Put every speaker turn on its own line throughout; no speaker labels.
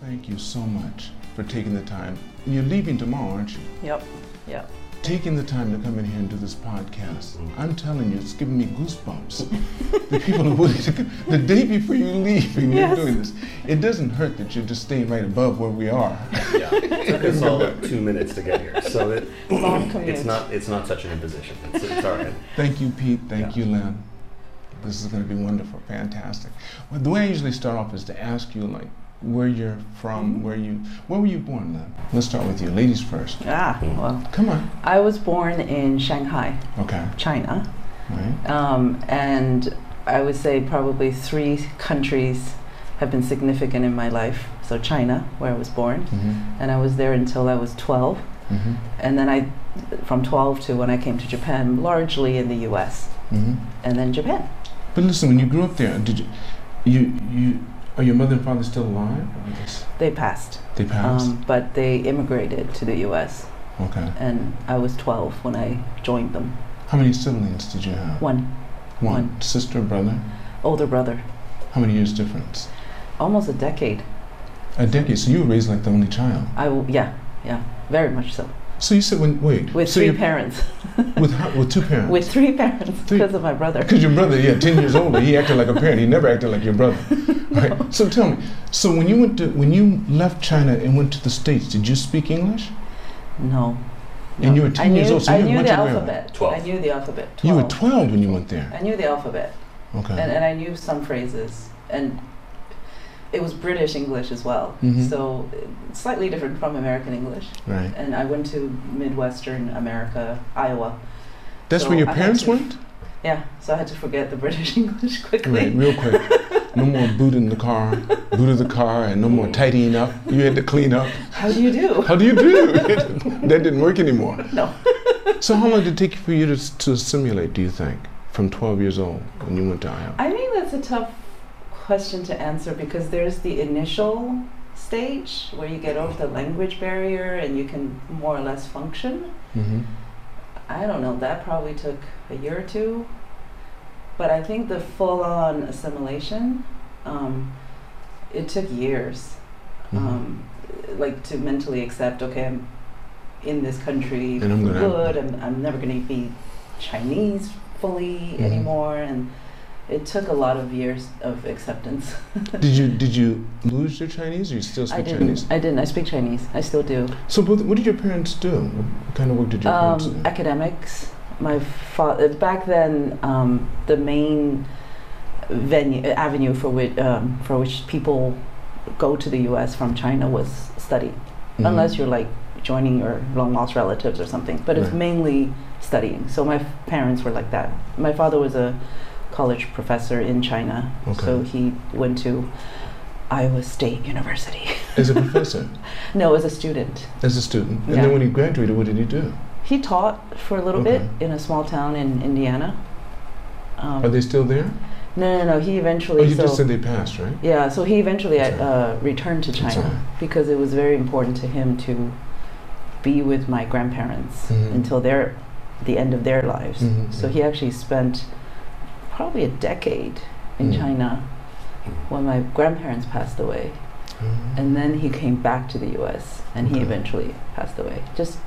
Thank you so much for taking the time. You're leaving tomorrow, aren't you?
Yep. Yep.
Taking the time to come in here and do this podcast. I'm telling you, it's giving me goosebumps. the people are willing to come. The day before you leave and
Yes.
you're doing this, it doesn't hurt that you're just staying right above where we are.
Yeah, it took us all of two minutes to get here, so it,
Long
it's
commute.
not it's not such an imposition. It's, it's all right.
Thank you, Pete. Thank
Yeah.
you, Lynn. This is going to be wonderful, fantastic. Well, the way I usually start off is to ask you, like, where you're from, where you, where were you born, Lynn? Let's start with you, ladies first.
Ah, well,
Come on.
I was born in Shanghai,
Okay.
China,
All right.
um, and I would say probably three countries have been significant in my life. So China, where I was born,
Mm-hmm.
and I was there until I was 12,
Mm-hmm.
and then I, from 12 to when I came to Japan, largely in the U.S.
Mm-hmm.
and then Japan.
But listen, when you grew up there, did you, you, you are your mother and father still alive? Or is-
They passed,
They passed.
um, but they immigrated to the U.S.
okay.
and I was 12 when I joined them.
How many siblings did you have?
One one.
Sister, brother.
older brother,
How many years difference?
almost a decade.
A decade. So you were raised like the only child.
I w- yeah, yeah, very much so.
So you said when wait
With
so
three
you're-
parents,
with how, with two parents.
with three parents
Three-
because of my brother.
because your brother, yeah, ten years older, he acted like a parent. He never acted like your brother, right? So tell me, so when you went to when you left China and went to the states, did you speak English?
No.
And you were 10
I knew,
years old, so
I
you
knew
went
the
to where?
alphabet. I
Twelve.
knew the alphabet. 12.
You were twelve when you went there.
I knew the alphabet,
Okay.
and, uh, and I knew some phrases, and it was British English as well,
Mhm.
so uh, slightly different from American English.
right.
And I went to Midwestern America, Iowa.
That's
so
where your
I had
parents
to-
went.
Yeah, so I had to forget the British English quickly.
Right, real quick. No more boot in the car, boot of the car, and no more tidying up. You had to clean up.
How do you do?
How do you do? that didn't work anymore.
No.
So how long did it take for you to, to assimilate, do you think, from 12 years old when you went to Iowa?
I think that's a tough question to answer because there's the initial stage where you get over the language barrier and you can more or less function.
Mm-hmm.
I don't know, that probably took a year or two. But I think the full on assimilation, um, it took years.
Mm-hmm.
Um, like to mentally accept, okay, I'm in this country
And I'm
for
gonna-
good, I'm, I'm never going to be Chinese fully
Mhm.
anymore. And it took a lot of years of acceptance.
Did you did you lose your Chinese or you still
I
speak
didn't.
Chinese?
I didn't. I speak Chinese. I still do.
So what, what did your parents do? What kind of work did your parents do?
Um, academics. My father back then, um, the main venue uh, avenue for which um, for which people go to the U.S. from China was study,
Mhm.
unless you're like joining your long lost relatives or something. But it's
Right.
mainly studying. So my f- parents were like that. My father was a college professor in China,
Okay.
so he went to Iowa State University.
as a professor,
no, as a student.
as a student, and
Yeah.
then when he graduated, what did he do?
He taught for a little bit
Okay.
in a small town in Indiana. Um,
Are they still there?
no, no, no. He
Oh,
eventually.
you
so,
just said they passed, right?
yeah, so he eventually
That's
uh, returned to
That's
China
all right.
because it was very important to him to be with my grandparents
Mhm.
until their the end of their lives.
Mhm,
So
mhm.
he actually spent probably a decade in
Mm.
China when my grandparents passed away,
Mhm.
and then he came back to the U.S. and he
Okay.
eventually passed away just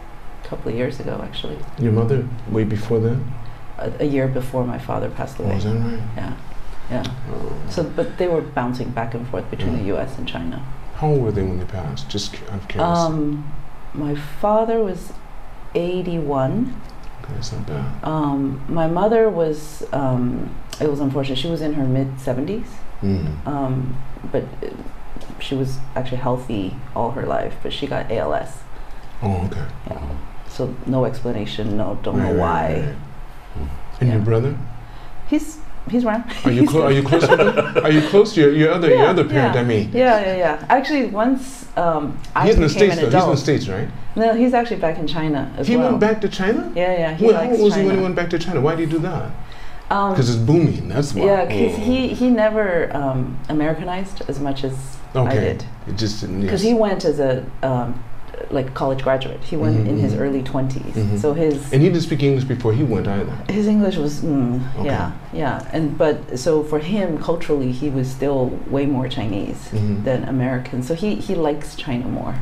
a couple of years ago, actually.
Your mother, way before that?
a, a year before my father passed
Oh,
away.
is that right? Oh.
Yeah, yeah. So, but they were bouncing back and forth between the U.S. and China.
How old were they when they passed? Just cu- I'm curious.
Um, my father was 81.
okay, that's not bad.
Um, my mother was. Um, it was unfortunate. She was in her mid 70s,
Mm.
um, but uh, she was actually healthy all her life. But she got ALS,
Oh, okay.
so no explanation. No, don't
Right,
know
right,
why. Mm.
right, right. And your
Yeah.
brother?
He's he's around.
Are you clo- are you close? with him? Are you close to your, your other your
Yeah,
other parent?
yeah.
I mean,
Yeah, yeah, yeah. Actually, once um, I
he's in
became
the states
an
though.
adult.
He's in the states, right?
No, he's actually back in China as
he
well.
went back to China.
Yeah, yeah, he
Well, how
likes
old was
China.
he when he went back to China? Why did he do that?
um,
Because it's booming. That's why.
yeah, because he he never um, Americanized as much as I
Okay.
did.
It just didn't.
Because
yes.
he went as a um, like college graduate. He went
Mm-hmm,
in his
Mhm.
early 20s.
Mhm.
So his
And he didn't speak English before he went either.
his English was mm,
Okay.
yeah, yeah. And but so for him culturally he was still way more Chinese
Mhm.
than American. So he he likes China more.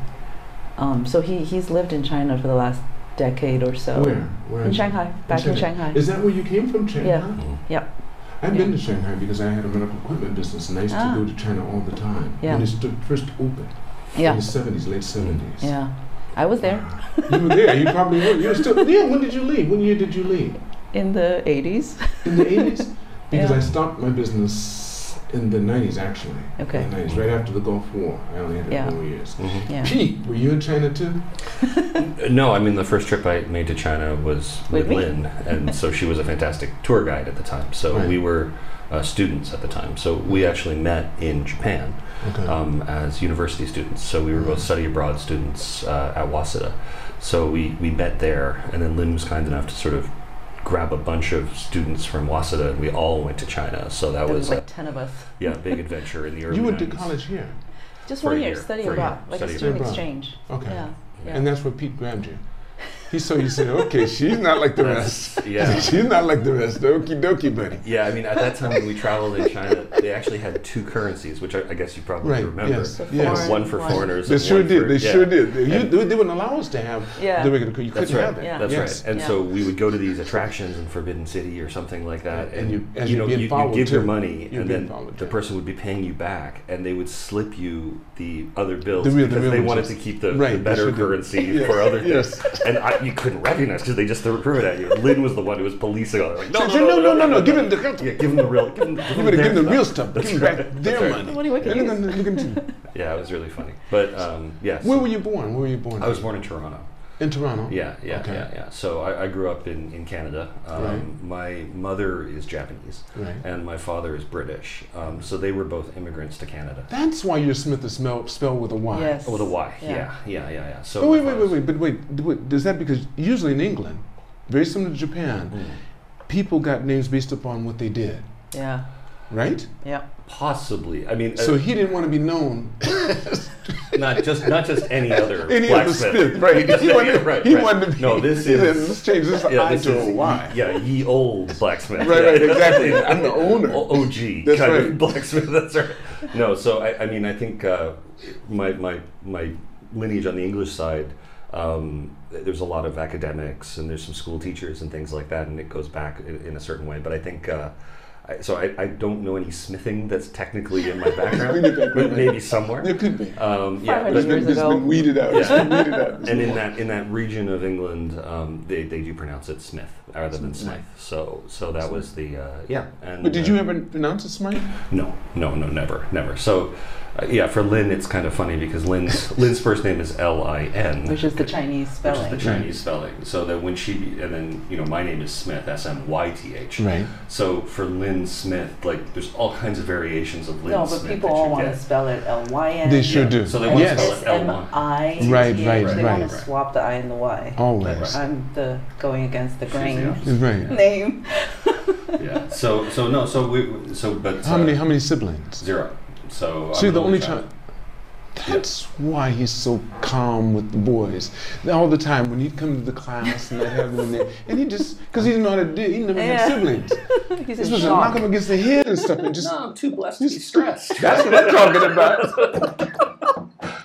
Um, so he he's lived in China for the last decade or so.
Where? Where?
In
is-
Shanghai, back in Shanghai.
Is that where you came from, Shanghai?
Yeah.
I've
Yeah.
been to Shanghai because I had a medical equipment business and I used
Ah.
to go to China all the time.
Yeah.
When it stu- first opened in
yeah,
the 70s, late 70s.
yeah. I was there
you were there. You probably were. You were still. Yeah. When did you leave? When year did you leave?
in the 80s.
In the 80s? Because
Yeah.
I stopped my business in the 90s, actually.
Okay.
In the 90s, right after the Gulf War. I only had
Yeah.
it four years.
Yeah.
Pete, were you in China too?
Uh, No, I mean the first trip I made to China was
With
with,
me.
Lynn, and so she was a fantastic tour guide at the time. So
Right.
we were uh, students at the time. So we actually met in Japan
Okay.
um, as university students. So we were both study abroad students uh, at Waseda. So we we met there, and then Lynn was kind enough to sort of grab a bunch of students from Waseda, and we all went to China. So that
there
was
like
a,
10 of us.
yeah big adventure in the early.
you went to
90s.
college here.
Just
For
one
a
year,
year,
study
for a year,
abroad, like
study
a student
abroad.
exchange.
Okay.
Yeah. yeah.
And that's where Pete grabbed you. He saw you said, okay, she's not like the rest.
Yeah.
she's not like the rest. Okie dokie, buddy.
Yeah, I mean, at that time when we traveled in China, they actually had two currencies, which I, I guess you probably
Right,
remember.
yes,
The
yes.
foreign
One for
one.
foreigners.
They
and
sure
one
did.
for-
They
yeah.
sure did. They, you,
And-
they wouldn't allow us to have
Yeah.
the regular. You
That's
couldn't
right.
have that.
Yeah.
That's
yes.
right. And
Yeah.
so we would go to these attractions in Forbidden City or something like that.
And you- and
you
you're
know,
being
you, you
followed,
give your
too.
money,
You're
and
being
then
followed,
the
yeah.
person would be paying you back, and they would slip you the other bills
The real- the
because
real
they
ones,
wanted
yes.
to keep the, the
Right, they
better
should do.
currency
Yes,
for other things.
yes.
And I, you couldn't recognize because they just threw it at you. Lynn was the one who was policing all that. Like, no,
So- so
no, no, no, no, no,
Give him the.
Yeah, give them the real. Give them,
You better
their
give them the
stuff.
real stuff.
That's
give them
right.
back
That's
their
right.
money.
What do we
They're
use?
gonna look into you.
Yeah, it was really funny. But um, yeah,
Where
so-
were you born? Where were you born?
I was born in Toronto.
in Toronto.
Yeah, yeah,
Okay.
yeah, yeah. So I, I grew up in, in Canada. Um, My mother is Japanese
Right.
and my father is British. Um, so they were both immigrants to Canada.
That's why your Smith is smell, spelled with a Y.
Yes.
Oh, the Y.
Yeah.
Yeah, yeah, yeah, yeah. So
But wait, wait,
my
wait,
father's-
wait. But wait, d- wait, is that because usually in England, very similar to Japan,
Mm.
people got names based upon what they did,
Yeah.
right?
Yeah.
Possibly. I mean,
So
uh,
he didn't want to be known
not just not just any other
any of the
blacksmith.
Smith, right?
Just
He
any-
wanted,
right,
he
right.
wanted to be.
No, this
he said,
is-
Let's change this
Yeah,
I
this
to
is
a Y.
yeah, ye old blacksmith.
Right,
yeah.
right, exactly. I'm the owner.
O- OG
That's
kind
right.
of blacksmith. That's right. No, so I, I mean, I think uh, my my my lineage on the English side. Um, th- there's a lot of academics and there's some school teachers and things like that, and it goes back in, in a certain way. But I think. Uh, I, so I, I don't know any smithing that's technically in my background, but maybe somewhere.
It could be.
Um, yeah,
It's
but-
been,
Years
it's
ago.
been weeded out. It's
Yeah.
been weeded out.
and in that in that region of England, um, they, they do pronounce it Smith rather than Smith. So so that was the uh, yeah. And
But did
uh,
you ever pronounce it Smite?
No, no, no, never, never. So uh, yeah, for Lynn, it's kind of funny because Lynn's Lynn's first name is L I N,
Which is the Chinese
which is
spelling.
the Chinese spelling. So that when she and then you know my name is Smith S M Y T H.
Right.
So for Lynn Smith, like there's all kinds of variations of Lynn
no, but
Smith.
people
that
all
you
want
get.
to spell it L Y N.
They sure do.
So they
and
want
yes.
to spell it L Y.
S-M-I-T-H.
Right, right,
They
right.
want to swap the I and the Y.
Always.
Right.
I'm the going against the
She's the
grain
opposite.
Right.
name.
yeah. So so no. So we so but
How
uh,
many? How many siblings?
Zero. So
So you're
I'm
the only
an only
child. That's why he's so calm with the boys all the time. When he'd come to the class and they have him in there, and he just because he didn't know how to do, he never
Yeah.
had siblings.
He's
He's
in
supposed to knock
shock.
him against the head and stuff, and just
No, Oh, I'm too blessed to be stressed.
that's what I'm talking about.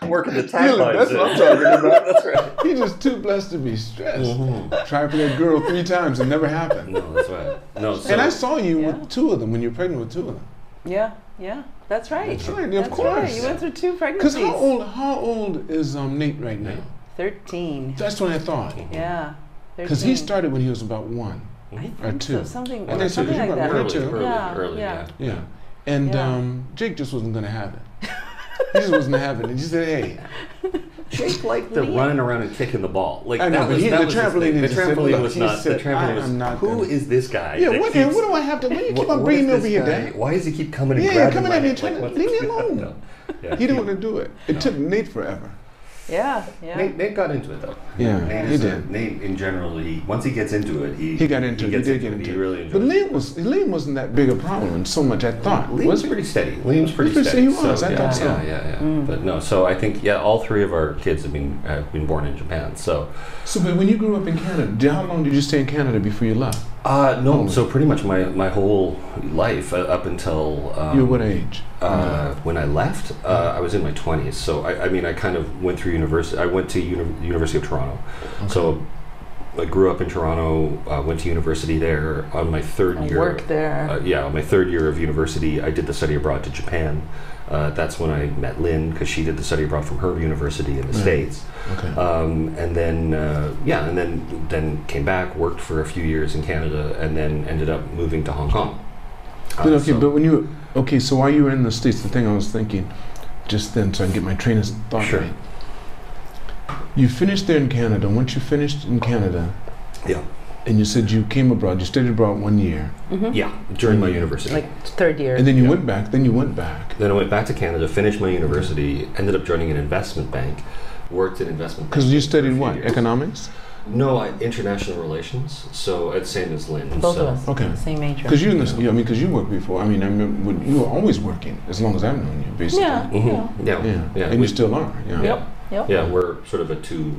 Working the
Really,
taglines.
that's what I'm
in.
talking about.
That's right.
He's just too blessed to be stressed.
Mhm.
Try for that girl three times, it never happened.
No, that's right. No, so
and I saw you
Yeah.
with two of them when you were pregnant with two of them.
Yeah, yeah. That's right.
That's right, of
That's
course.
Right. You went through two
Because
pregnancies.
how old? How old is um, Nate right now?
13.
That's what I thought.
Yeah.
Because he
13.
started when he was about one.
I think
or two.
So, something
I think so.
something
You
like
got
that.
one or
early,
too.
early,
Yeah,
early.
yeah.
Yeah.
Yeah. And
Yeah.
Um, Jake just wasn't going to have it. He just wasn't having it. He said, hey.
Jake liked the
Lean.
running around and kicking the ball. Like
I know,
that
but
was,
he-
that
the
was his
trampoline
thing.
is just
The
said,
trampoline
"Look,"
was
he
not.
said,
the trampoline
"I
was.
am not
who
gonna-
is this guy?
Yeah,
that
what, and
keeps-
what do I have to... Why do you
what-
keep on
what
bringing me
is
over
this
here,
guy?
Dad?
Why does he keep coming and
Yeah,
grabbing
coming
my
at me,
neck?
trying to-
what-
leave me alone.
No. Yeah,
He didn't want to do it. It
No.
took Nate forever.
Yeah, yeah.
Nate, Nate got into it though.
Yeah,
Nate
he
is a-
did.
Nate in general, he once he gets into it, he
He got into it. He
gets
did get into
He
it.
really
But
enjoyed it.
Liam was Liam wasn't that big a problem so much I thought.
Liam's
was he?
pretty steady. Liam's pretty
He was-
steady.
he was, I
yeah,
thought so.
yeah, yeah, yeah.
Mm.
But no, so I think yeah, all three of our kids have been have been born in Japan. So
So, but when you grew up in Canada, did, how long did you stay in Canada before you left?
uh, no,
Oh.
so pretty much my my whole life uh, up until um,
you were what age?
Uh, when I left, uh, I was in my 20s. So, I, I mean, I kind of went through university. I went to uni- University of Toronto. So, I grew up in Toronto, uh, went to university there on my third
I
year.
work Oh, there.
Uh, yeah, on my third year of university, I did the study abroad to Japan. Uh, that's when I met Lynn because she did the study abroad from her university in the
Right.
States.
Okay.
Um, and then, uh, yeah, and then, then came back, worked for a few years in Canada, and then ended up moving to Hong Kong. Uh,
but okay,
so-
but when you okay, so while you were in the states, the thing I was thinking, just then, so I can get my train of thought
Sure.
right. You finished there in Canada. Once you finished in Canada,
Yeah.
and you said you came abroad. You studied abroad one year,
Mhm.
yeah, during my university.
Like third year.
and then you
Yeah.
went back. Then you went back.
Then I went back to Canada, finished my university, ended up joining an investment bank, worked in investment
Because
banking
you
for a
studied
few
what?
years.
Economics?
No, I, international relations. So it's same as Lynn.
Both
so,
of us.
Okay.
Same major.
Because you in this, yeah, I mean, because you worked before. I mean, I mean, when- you were always working as long as I've known you, basically.
Yeah.
Mhm. Yeah.
Yeah.
Yeah,
and
we-
you still are. Yeah.
Yep.
Yep.
Yeah, we're sort of a two.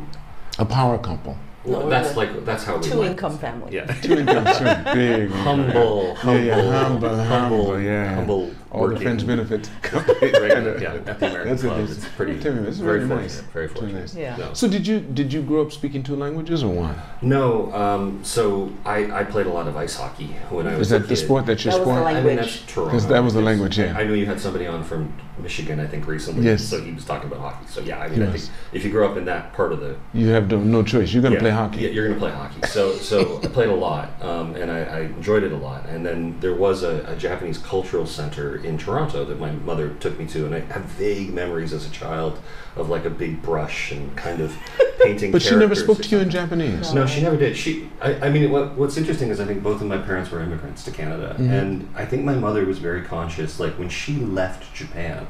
A power couple.
No,
well,
we're
that's
the
like that's how we.
Two
went.
income family.
Yeah.
Two incomes, two big.
Humble,
Yeah,
humble,
yeah, humble, humble, yeah.
humble
All
working.
the French benefits.
Right, yeah, at the American
That's what
Club.
it is.
It's pretty,
Tell me, that's
very
very
fortunate,
nice. Very
very fortunate.
nice.
Yeah.
No.
So did you did you grow up speaking two languages or one?
No, um, so I, I played a lot of ice hockey when I was
Is
a
that the
kid.
sport that's your
That was the
sport?
language.
I mean, that's Toronto.
Because that was the
It's-
language, yeah.
I know you had somebody on from Michigan, I think, recently.
Yes.
So he was talking about hockey. So yeah, I mean, I
Yes.
think if you grow up in that part of the,
You have no- no choice. You're going to
yeah,
play hockey.
yeah, you're gonna play hockey. So so I played a lot, um, and I, I enjoyed it a lot. And then there was a, a Japanese cultural center in Toronto that my mother took me to, and I have vague memories as a child of like a big brush and kind of painting.
But she never
characters
spoke
or
to you in
something.
Japanese.
No, she never did. She, I, I mean, what, what's interesting is I think both of my parents were immigrants to Canada,
Mm-hmm.
Mhm.
and I think my mother was very conscious. Like when she left Japan,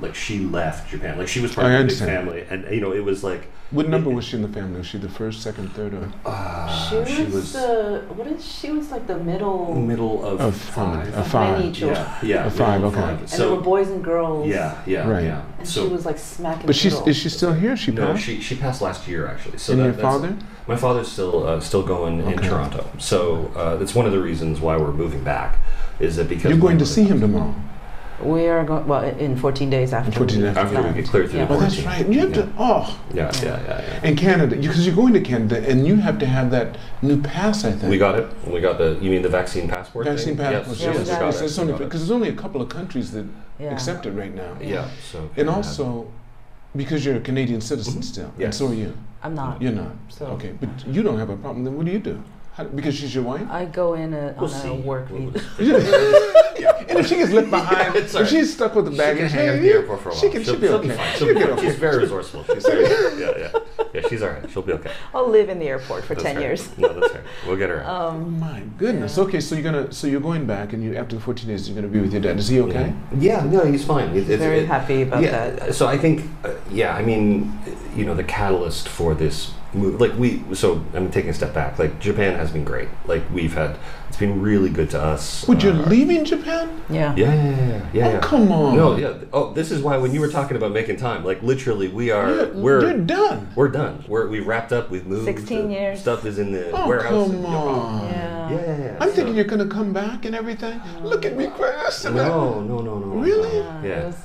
like she left Japan, like she was part
I
of a big
understand.
family, and you know it was like
What number was she in the family? Was she the first, second, third, or?
uh,
She was, the what is she was like the middle
middle of,
Of
five.
family.
of
a five.
many children.
Yeah, yeah,
Of five,
middle of
okay.
five.
And there were
So
boys and girls.
yeah, yeah,
Right.
yeah.
And she
so
was like smacking.
But she's is she still here? She
no,
passed.
she she passed last year actually. So
and
that,
your
that's-
father?
My father's still uh, still going in
Okay.
Toronto, so uh, that's one of the reasons why we're moving back. Is that because
You're
my
going to
mother-
see him tomorrow.
We are going well i- in 14 days after.
14
we
days
after we
land.
get cleared through
Yeah.
the
Oh,
border.
that's right. You have to. Oh,
Yeah, yeah, yeah,
in Canada, because you're going to Canada, and you have to have that new pass. I
yeah.
think.
We got it. We got the. You mean the vaccine passport?
vaccine
thing?
passport.
Yeah, we
Yes, yes,
got
we
Because it's
got
only
it.
because there's only a couple of countries that
Yeah.
accept it right now,
Yeah. So.
and
yeah.
also because you're a Canadian citizen still, and
Mm-hmm. Yes.
so are you.
I'm not.
You're not.
So
Okay, but you don't have a problem. Then what do you do? How, because she's your wife.
I go in a,
We'll
on
see.
a work
We'll-
visa.
And if she gets left behind,
it's all
if
right.
she's stuck with the
She
bag
can
and
hang out at the airport for a while.
She can. She'll,
She'll,
be
she'll
okay.
fine.
She'll be
She'll be,
okay.
she's very resourceful. She's very, yeah, yeah, yeah. She's all right. She'll be okay.
I'll live in the airport for
That's
10
right.
years.
No, that's right. We'll get her. out.
Oh
Um,
my goodness.
Yeah.
Okay, so you're gonna so you're going back, and you after the 14 days, you're gonna be with your dad. Is he Oh, okay?
Yeah. No, he's fine. It- it's-
very
it-
happy about
yeah,
that.
So I think, uh, yeah, I mean, uh, you know, the catalyst for this move, like we, so I'm taking a step back. Like Japan has been great. Like we've had, it's been really good to us.
Would you
Uh,
leaving Japan?
Yeah.
Yeah, yeah, yeah, yeah, yeah.
Oh
yeah.
come on.
No, yeah. th- Oh, this is why when you were talking about making time, like literally, we are
You're,
we're
you're done.
we're done. We're we've wrapped up. We've moved.
16
the
years.
Stuff is in the
Oh
warehouse. in
come
Yokohama.
on.
Yeah.
Yeah, yeah, yeah.
I'm
So-
thinking you're gonna come back and everything. Look at me fast. and I-
No, no, no, no.
Really?
no.
Yeah, it
Yeah.
was-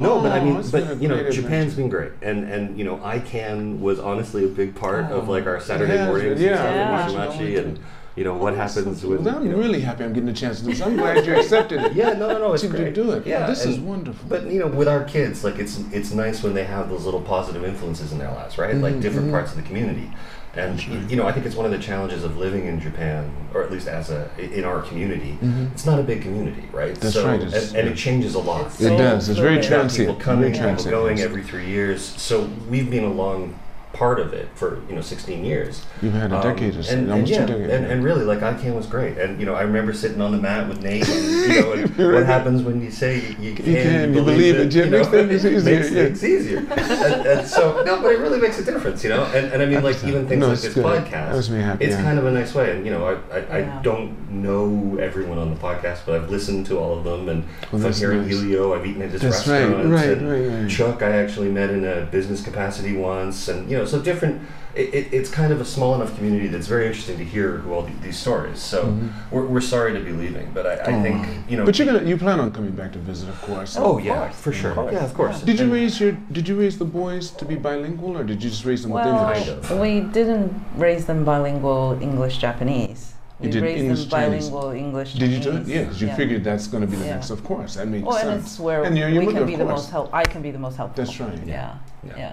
No, but I
Oh,
mean,
it's been a
but you know,
great
Japan's been great, and and you know, ICANN was honestly a big part of
Oh,
like our
it
Saturday
has
mornings,
been, yeah.
and
Yeah.
Saturday Mushimachi, and you know what happens
Well,
when.
then I'm
you know-
really happy I'm getting a chance to do this. I'm glad you accepted it.
yeah, no, no, no, it's
to
great.
do it.
Yeah,
this is
and-
wonderful.
But you know, with our kids, like it's it's nice when they have those little positive influences in their lives, right? Like
Mhm,
different
mhm.
parts of the community, and you know, I think it's one of the challenges of living in Japan, or at least as a in our community.
Mhm.
It's not a big community, right?
That's
so,
right,
And,
it's-
and it changes a lot.
It's
It
So
does. It's very
fluid.
You've got
transient.
people coming,
Very
people
transient.
going every three years. So we've been along part of it for you know 16 years.
You've had a
Um,
decade or so,
and, and
almost
yeah,
two decades.
and, and really, like ICANN was great. And you know, I remember sitting on the mat with Nate. And, you know, and
You're
what
right.
happens when you say you, you can,
can, you
you
believe it, yeah,
you know,
next thing it's easier,
makes
yeah.
things easier. and, and so no, but it really makes a difference, you know. And, and I mean, like even things
no,
like
it's
this
good.
podcast,
That makes me happy.
it's
yeah.
kind of a nice way, and you know, I, I,
Yeah.
I don't know everyone on the podcast, but I've listened to all of them, and
Well,
from
that's
hearing
nice.
Helio, I've eaten at his
That's right,
restaurants,
right,
and
right, right.
Chuck, I actually met in a business capacity once, and you know, so different. It, it, it's kind of a small enough community that's very interesting to hear who all the, these stories. So
Mhm.
we're, we're sorry to be leaving, but I, I
Oh.
think you know.
But you're gonna, you plan on coming back to visit, of course.
oh
Of
yeah,
course.
for sure.
Of course.
Yeah, of course.
Did you
And-
raise your Did you raise the boys to be bilingual, or did you just raise them
Well,
with
Kind
English?
of.
we didn't raise them bilingual English Japanese.
You
We
did
raised
English,
them
Chinese.
bilingual English
Did you
Japanese.
do it? Yeah, 'cause you figured that's going to be the
Yeah.
next. Of course, that makes
Well, and
sense.
it's where
And you're- you're
we
looking,
can be
of
the
course.
most help. I can be the most helpful.
That's right.
Yeah.
Yeah.
Yeah.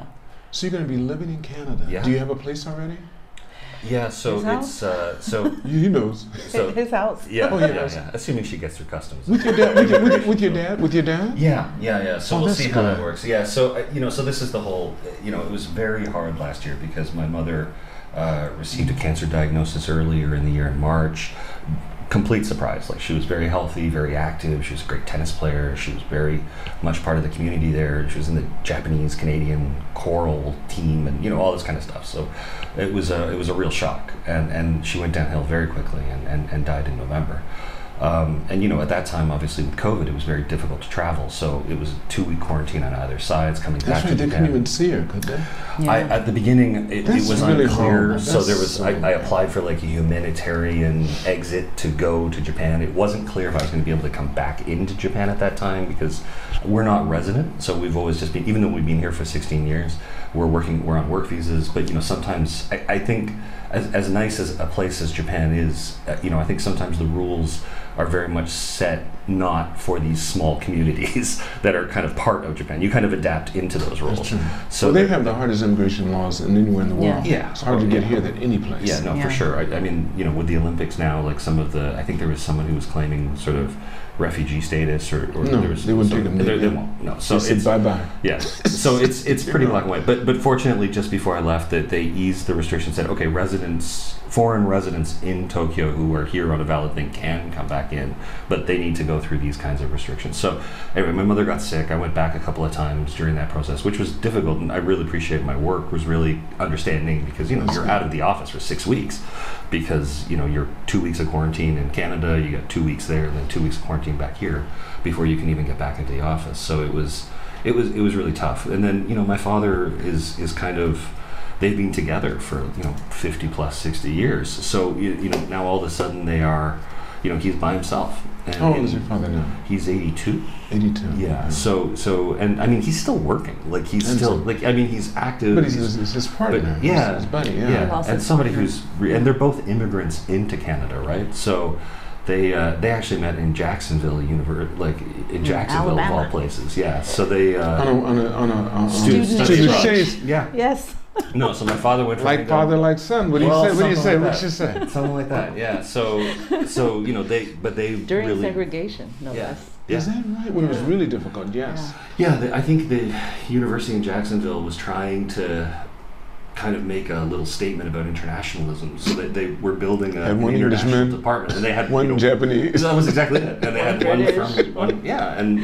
So you're going to be living in Canada.
Yeah.
Do you have a place already?
Yeah, so
Is that-
it's uh, so
He knows.
so
His house.
yeah,
Oh, yeah.
yeah, yeah. Assuming she gets through customs.
With your dad. With your, with, with your dad. With your dad.
Yeah, yeah, yeah. So
Oh,
we'll
that's
see how that
good.
works. Yeah. So uh, you know, so this is the whole. You know, it was very hard last year because my mother uh, received a cancer diagnosis earlier in the year in March. Complete surprise. Like she was very healthy, very active. She was a great tennis player. She was very much part of the community there. She was in the Japanese Canadian choral team, and you know all this kind of stuff. So it was a it was a real shock, and and she went downhill very quickly, and and, and died in November. Um, and you know, at that time, obviously with COVID, it was very difficult to travel. So it was a two-week quarantine on either sides. Coming
That's
back
right.
to
They
the
couldn't
den.
even see her, could they?
I,
Yeah.
at the beginning, it, it
That's
was
really
unclear.
horrible.
So
That's
there was, I,
so
I applied for like a humanitarian exit to go to Japan. It wasn't clear if I was going to be able to come back into Japan at that time because we're not resident. So we've always just been, even though we've been here for 16 years, we're working, we're on work visas. But you know, sometimes I, I think, as, as nice as a place as Japan is, uh, you know, I think sometimes the rules are very much set not for these small communities that are kind of part of Japan. You kind of adapt into those
That's
rules.
true.
Oh. So
So they
there-
have the hardest immigration laws in anywhere in the
Yeah.
world.
yeah,
It's hard to get
yeah.
here than any place.
Yeah, no,
Yeah.
for sure. I, I mean, you know, with the Olympics now, like some of the, I think there was someone who was claiming sort of refugee status, or, or
No,
there was
they wouldn't
some-
take 'em,
They,
they-
they won't. No, so
So
it's
bye bye.
yeah. So it's it's pretty black and white. But but fortunately, just before I left, that they eased the restrictions. Said okay, residents, foreign residents in Tokyo who are here on a valid thing can come back in, but they need to go through these kinds of restrictions. So anyway, my mother got sick. I went back a couple of times during that process, which was difficult, and I really appreciate my work was really understanding because you know
That's
you're
good.
out of the office for six weeks because you know you're two weeks of quarantine in Canada, you got two weeks there, and then two weeks of quarantine back here before you can even get back into the office. So it was it was it was really tough. And then you know my father is is kind of they've been together for you know 50 plus 60 years. So you, you know now all of a sudden they are you know he's by himself. And,
How old is your
and
father now?
He's 82.
82.
Yeah. So so and I mean he's still working. Like he's
And
still
so-
like I mean he's active.
But he's, he's, his partner. he's
yeah,
His buddy.
yeah,
Yeah.
Lost
and
his
somebody
partner.
who's re- and they're both immigrants into Canada, right? So they uh, they actually met in Jacksonville, univer- like in Jacksonville of all
Alabama.
places. Yeah, so they
On
uh,
a on a on a on a-
student
Student
study
student
abroad.
exchange.
Yeah,
Yes.
no. So my father went from
Like
England-
father, like son. What do you
Well,
say? What do you
something
say?
like
What
that.
you say?
something like that. Yeah, so so you know they but they
During
really
segregation, no
Yeah.
less.
yeah.
Is that right? When it was really difficult. Yes.
Yeah, the, I think the university in Jacksonville was trying to kind of make a little statement about internationalism, so that they were building a,
And
an
one
international
Englishman,
department, and they had
One
you know,
Japanese.
that was exactly it, and they had
One
one
British,
from one, yeah, and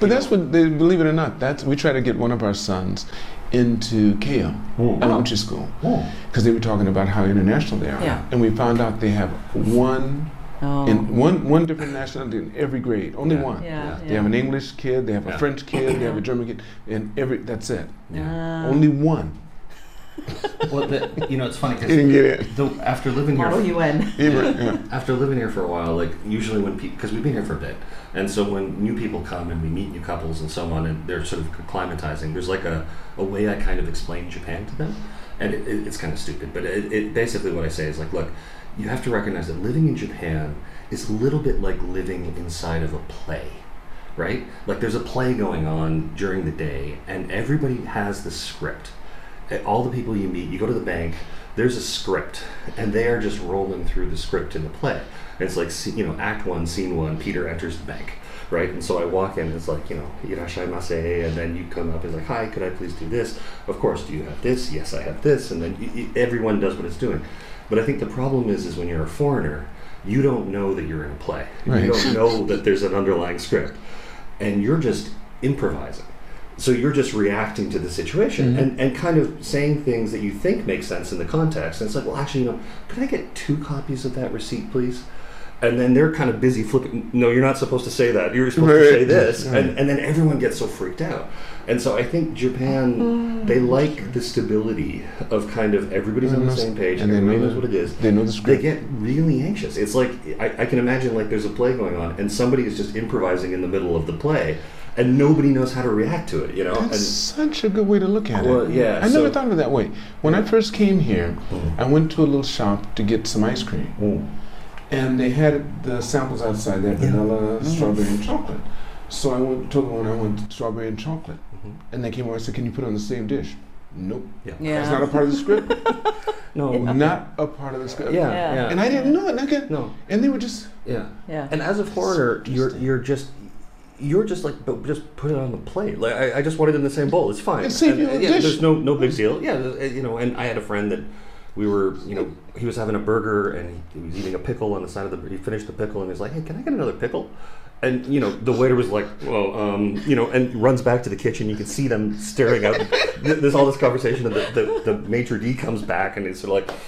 But that's what they believe it or not. That's we try to get one of our sons into Kale Elementary School because they were talking about how international they are,
Yeah.
and we found out they have one
Oh.
in one one different nationality in every grade, only
Yeah.
one.
yeah.
They have an English kid, they have a
Yeah.
French kid, they have a
Yeah.
German kid, and every that's it.
yeah.
Ah.
only one.
Well, the, you know, it's funny
He didn't get in.
though after living here
Model UN.
He went, yeah.
after living here for a while, like usually when people, because we've been here for a bit, and so when new people come and we meet new couples and so on, and they're sort of acclimatizing, there's like a, a way I kind of explain Japan to them, and it, it, it's kind of stupid, but it, it basically what I say is like, look, you have to recognize that living in Japan is a little bit like living inside of a play. Right? Like there's a play going on during the day, and everybody has the script. Uh, All the people you meet, you go to the bank, there's a script and they are just rolling through the script in the play. And it's like, se- you know, act one, scene one, Peter enters the bank. right? And so I walk in, it's like, you know, Irashai Masai, and then you come up, it's like, hi, could I please do this? Of course, do you have this? Yes, I have this. And then y- y- everyone does what it's doing. But I think the problem is, is when you're a foreigner, you don't know that you're in a play.
Right.
You don't know that there's an underlying script. And you're just improvising. So you're just reacting to the situation
Mhm.
and, and kind of saying things that you think make sense in the context. And it's like, well, actually, you know, could I get two copies of that receipt, please? And then they're kind of busy flipping. No, you're not supposed to say that. You're supposed to
Right.
say this.
Right.
And, and then everyone gets so freaked out. And so I think Japan, they like the stability of kind of everybody's on the
Everyone knows-
same page
and
and
they
everybody
know
knows
the-
what it is
They know the
they
script.
get really anxious. It's like I, I can imagine like there's a play going on and somebody is just improvising in the middle of the play and nobody knows how to react to it, you know?
That's such a good way to look at
and well,
it.
yeah.
I
so,
never thought of it that way. When I first came here,
Mm.
I went to a little shop to get some ice cream,
Mm.
and they had the samples outside there:
Yeah.
vanilla,
Mm.
strawberry, and chocolate. So I went, told the woman I want strawberry and chocolate,
Mhm.
and they came over and said, "Can you put it on the same dish?" Nope, that's not
Yeah.
a part of the script.
No.
not a part of the
Yeah,
script.
yeah.
Yeah.
And I didn't know it. And, I get-
no.
and they were just
Yeah.
Yeah.
And as a foreigner, you're
interesting.
you're just you're just like but just put it on the plate. Like I, I just want it in the same bowl. It's fine.
It saved you
And,
a
uh, yeah,
dish.
There's no no big deal. Yeah, uh, you know. And I had a friend that we were you know he was having a burger and he, he was eating a pickle on the side of the he finished the pickle and he's like hey can I get another pickle. And you know the waiter was like, "Well, um, you know," and runs back to the kitchen. You can see them staring out. Th- There's all this conversation, and the, the, the maitre d comes back and is sort of like,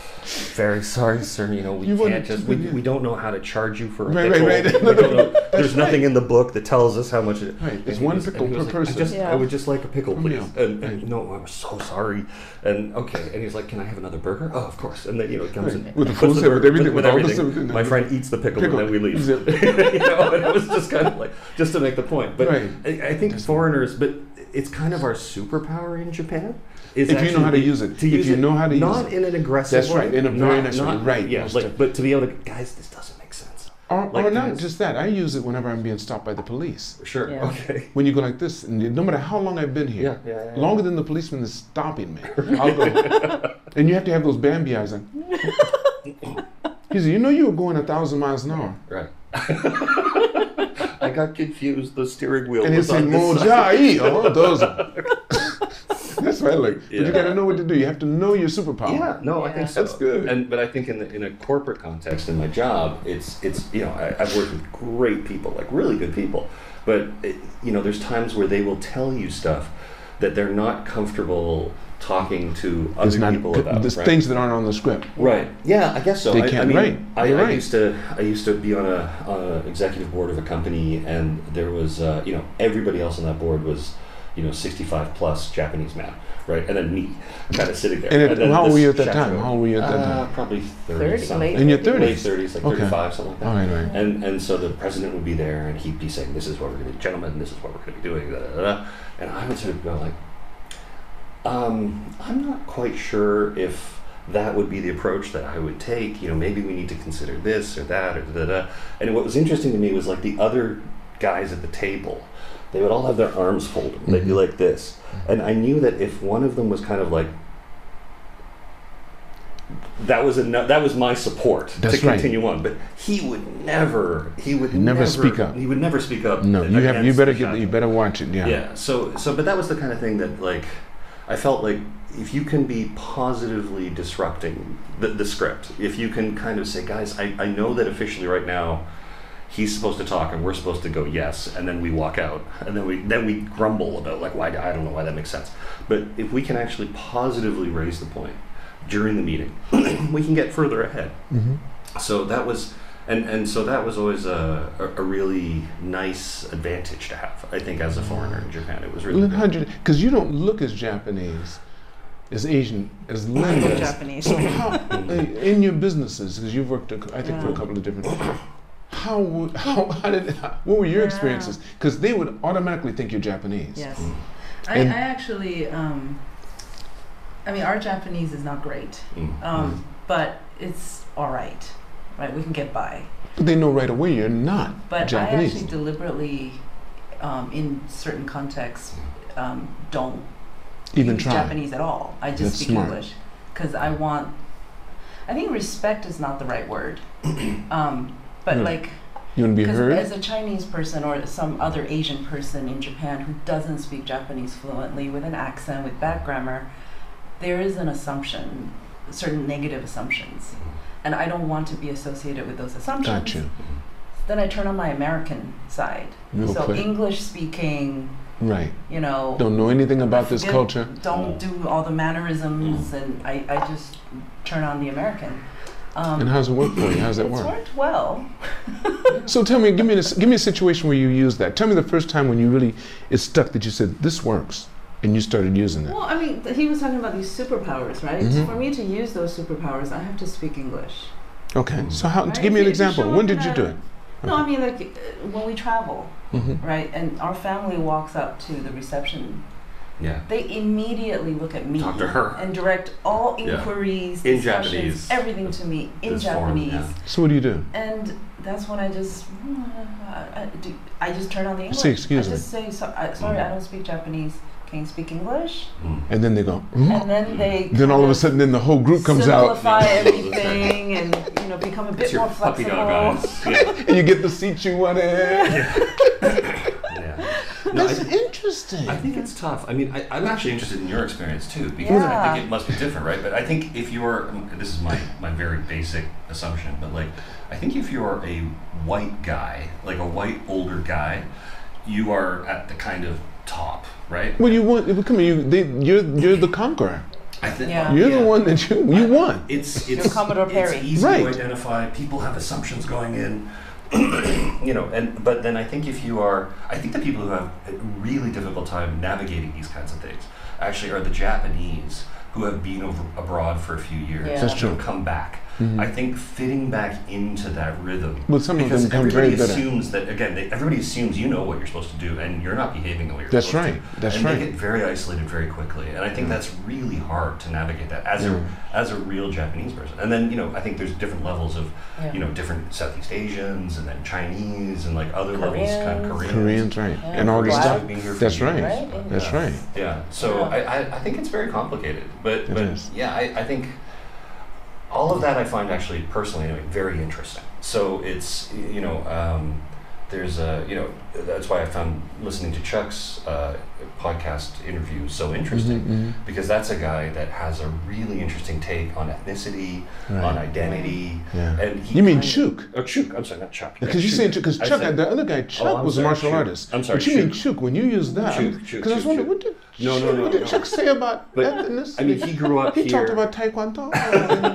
"Very sorry, sir. You know, we
You wanted
can't just
to-
we,
yeah.
we don't know how to charge you for a
Right, right,
pickle.
right.
We don't know- There's nothing in the book that tells us how much it.
Right, it's
and he
one
was- and
pickle
he
per
was like,
person. Oh,
I, just,
Yeah.
I would just like a pickle,
Yeah.
please. And, and
Right.
no, I'm so sorry. And okay, and he's like, "Can I have another burger?" Oh, of course. And then you know, it comes
Right.
in
With the
puts
full set, with
burger-
everything, with all the stuff in
My
there.
friend eats the pickle,
Pickle.
and then we leave.
Zip.
you know, and it was just kind of like just to make the point. But
Right.
I, I think foreigners, but it's kind of our superpower in Japan.
If
Is
you know
actually
how to use it.
to
If
use
you
it,
know how to
not
use
in an aggressive.
That's
way.
right, in a very
Not-
nice way.
not-
Right,
Yeah,
most
like,
def-
but to be able to, guys, this doesn't make sense.
Or,
Like
or not
this.
just that. I use it whenever I'm being stopped by the police.
Sure.
Yeah.
Okay.
When you go like this, and you- no matter how long I've been here,
Yeah, yeah, yeah, yeah.
longer than the policeman is stopping me, I'll go. and you have to have those Bambi eyes. Like, he said, "You know, you were going a thousand miles an hour."
Right. I got confused. The steering wheel
And he
was
said,
on this side.
"Mojai, oh, those." That's right. Like, but
Yeah.
you got to know what to do. You have to know your superpower.
Yeah, no, I
Yeah.
think so.
That's good.
And but I think in the, in a corporate context, in my job, it's it's you know I, I've worked with great people, like really good people, but it, you know there's times where they will tell you stuff that they're not comfortable talking to other
It's not
people about.
there's
right?
things that aren't on the script.
Right. Yeah, I guess so.
They
I, I
can't
mean,
write.
I,
You're
I
right.
used to I used to be on a, on a executive board of a company, and there was uh, you know everybody else on that board was you know 65 plus Japanese man, right? And then me, kind of sitting there.
And, it,
then
how old
this
were you at that
chef-
time? How old were you at that
Uh,
time?
probably 30,
30,
something.
late
In your
30s.
Late
30s.
30s, like
Okay.
35, something like that.
All right, all right.
And and so the president would be there, and he'd be saying, "This is what we're going to do, gentlemen. This is what we're going to be doing." Da, da, da, da. And I would sort of go like, um, "I'm not quite sure if that would be the approach that I would take. You know, maybe we need to consider this or that or da da." da. And what was interesting to me was like the other guys at the table. They would all have their arms folded. They'd be
Mhm.
like this, and I knew that if one of them was kind of like. That was enough. That was my support
That's
to
right.
continue on, but he would never. He would
Never speak up.
He would never speak up.
No, you have. You
against
better
the
get.
shot.
You better watch it.
Yeah. So so, but that was the kind of thing that like, I felt like if you can be positively disrupting the, the script, if you can kind of say, guys, I, I know that officially right now. He's supposed to talk, and we're supposed to go yes, and then we walk out, and then we then we grumble about like why I don't know why that makes sense. But if we can actually positively raise the point during the meeting, we can get further ahead
hmm
so that was and, and so that was always a, a, a really nice advantage to have i think as a foreigner in japan it was really
Lynn,
good.
how'd you? Because you don't look as Japanese, as Asian, as Linda. is.
Japanese.
So how uh, in your businesses? Because you've worked, a cou- I think, for a
Yeah.
couple of different. How wo- how how did what were your
Yeah.
experiences? Because they would automatically think you're Japanese.
Yes.
Mm.
I, I
And-
actually, um, I mean, our Japanese is not great,
Mm.
um, but it's all right, right? We can get by.
But they know right away you're not
But I
Japanese.
actually deliberately, um, in certain contexts, um, don't
even
speak
try.
Japanese at all. I just
That's
speak
smart.
English because I want. I think respect is not the right word, um, but
Hmm.
like,
You want to be
Because
heard?
as a Chinese person or some other Asian person in Japan who doesn't speak Japanese fluently with an accent, with bad grammar, there is an assumption, certain negative assumptions.
Mm-hmm.
And I don't want to be associated with those assumptions.
Got you.
Mm.
Then I turn on my American side.
Real
so
quick.
English speaking,
Right.
you know,
Don't know anything about this
Forget-
culture.
don't
Oh.
do all the mannerisms,
Mm.
and I, I just turn on the American. Um,
And how's it work for you? How's that
it's
work?
worked well.
So tell me, give me, a, s- give me a situation where you use that. Tell me the first time when you really it stuck that you said this works, and you started using it.
Well, I mean, th- he was talking about these superpowers, right? So
Mm-hmm.
Mhm.
for me to use those superpowers, I have to speak English.
Okay. Mm-hmm. So how?
Right,
Give me
if
an
you
example.
show up
When
in
did you
a-
do it?
No, I mean, like uh, when we travel,
hmm
right? And our family walks up to the reception,
Yeah.
they immediately look at me
Talk to her.
and direct all
Yeah.
inquiries,
In
discussions,
Japanese.
everything to me in
This foreign,
Japanese.
yeah.
So what do you do?
And that's when I just, I, I do, I just turn on the English.
Say, excuse
I
me.
just say, so, I, sorry,
Mm-hmm.
I don't speak Japanese. Can you speak English?
Mm.
And then they go. "Hmm?"
And then they.
Then all of
kind
a sudden, then the whole group comes out,
simplify
Yeah.
everything and you know become a bit
It's your
more
puppy
flexible.
dog eyes. Yeah.
and you get the seat you wanted.
yeah. No,
That's
I,
interesting.
I think it's tough. I mean, I, I'm actually interested in your experience too, because I
Yeah.
think it must be different, right? But I think if you're, um, this is my, my very basic assumption, but like, I think if you're a white guy, like a white older guy, you are at the kind of top, right?
Well, you won. Come on, you. They, you're you're the conqueror.
I think
Yeah.
You're the one that you you won.
It's
You're
it's,
Commodore Perry.
it's easy
Right.
to identify. People have assumptions going in, you know. And but then I think if you are, I think the people who have a really difficult time navigating these kinds of things actually are the Japanese who have been over, abroad for a few years
Yeah.
That's
and
true.
have come back. I think fitting back into that rhythm.
But some of
because
them come very
everybody
bitter.
assumes that again. They, everybody assumes you know what you're supposed to do, and you're not behaving the way you're
That's
supposed
right.
to.
That's
and
right.
They get very isolated very quickly, and I think that's really hard to navigate that as
Yeah.
a as a real Japanese person. And then you know, I think there's different levels of
Yeah.
you know different Southeast Asians, and then Chinese, and like other levels, kind of Koreans.
Koreans, right?
Yeah.
And all this
Black.
Koreans
stuff.
have been here for
That's
years,
right.
Right?
but-
That's
Yeah.
right.
yeah. So
Yeah.
I, I, I think it's very complicated. But,
It
but
is.
yeah, I, I think all of that I find actually personally anyway, very interesting. So it's y- you know um, there's a you know that's why I found listening to Chuck's uh, podcast interview so interesting
Mhm,
because that's a guy that has a really interesting take on ethnicity,
mhm.
on
Right.
identity,
Yeah.
and he
You mean
kind of-
Chuk?
Oh, Chuk. I'm sorry, not Chuck.
Because you saying because
I
Chuck,
said- Oh,
the other guy, Chuck
I'm
was a
sorry,
martial
Chuk.
artist.
I'm sorry,
But you mean
Chuk.
Chuk when you use that?
Chuk, Chuk,
Because I was
Chuk,
wondering,
Chuk.
what did,
No, no,
Chuk-
no,
what did
no.
Chuck say about
But,
ethnicity?
I mean, he grew up
He
here.
talked about Taekwondo and,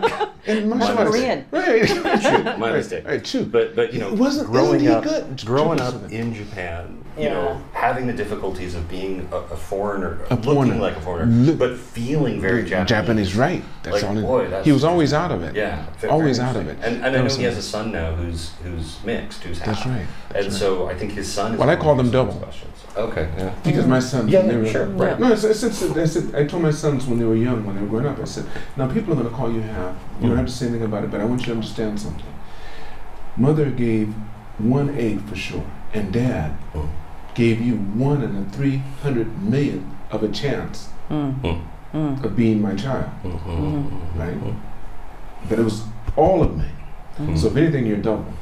and martial
Minus-
arts.
Korean.
Right.
Chuk, my
Right,
mistake.
Right, Chuk.
But but you know,
Wasn't- isn't
growing
he
up,
good?
growing
Triple
up
seven.
in Japan, you
Yeah.
know, having the difficulties of being a, a foreigner,
A
looking
foreigner.
like a foreigner,
Look-
but feeling very Japanese.
right? That's
Like,
all. it-
boy, that's-
he was always out of it.
Yeah, ve- very
always out of it.
interesting. And,
That
and I know
was
he has a son now who's who's mixed, who's half.
That's right. That's
and
right.
so I think his son. Is
Well, I
one
call
who
them
asks
double.
Questions. Okay. Yeah.
Because my son,
Yeah,
when
yeah,
they were-
sure, right.
No, it's, it's, it's, it's, I told my sons when they were young, when they were growing up, I said, now people are going to call you half. You don't have to say anything about it, but I want you to understand something. Mother gave one egg for sure, and dad
Mm.
gave you one in a 300 million of a chance
Mm.
of being my child,
Mhm.
Mm-hmm. right? But it was all of me.
Mhm.
So if anything, you're double.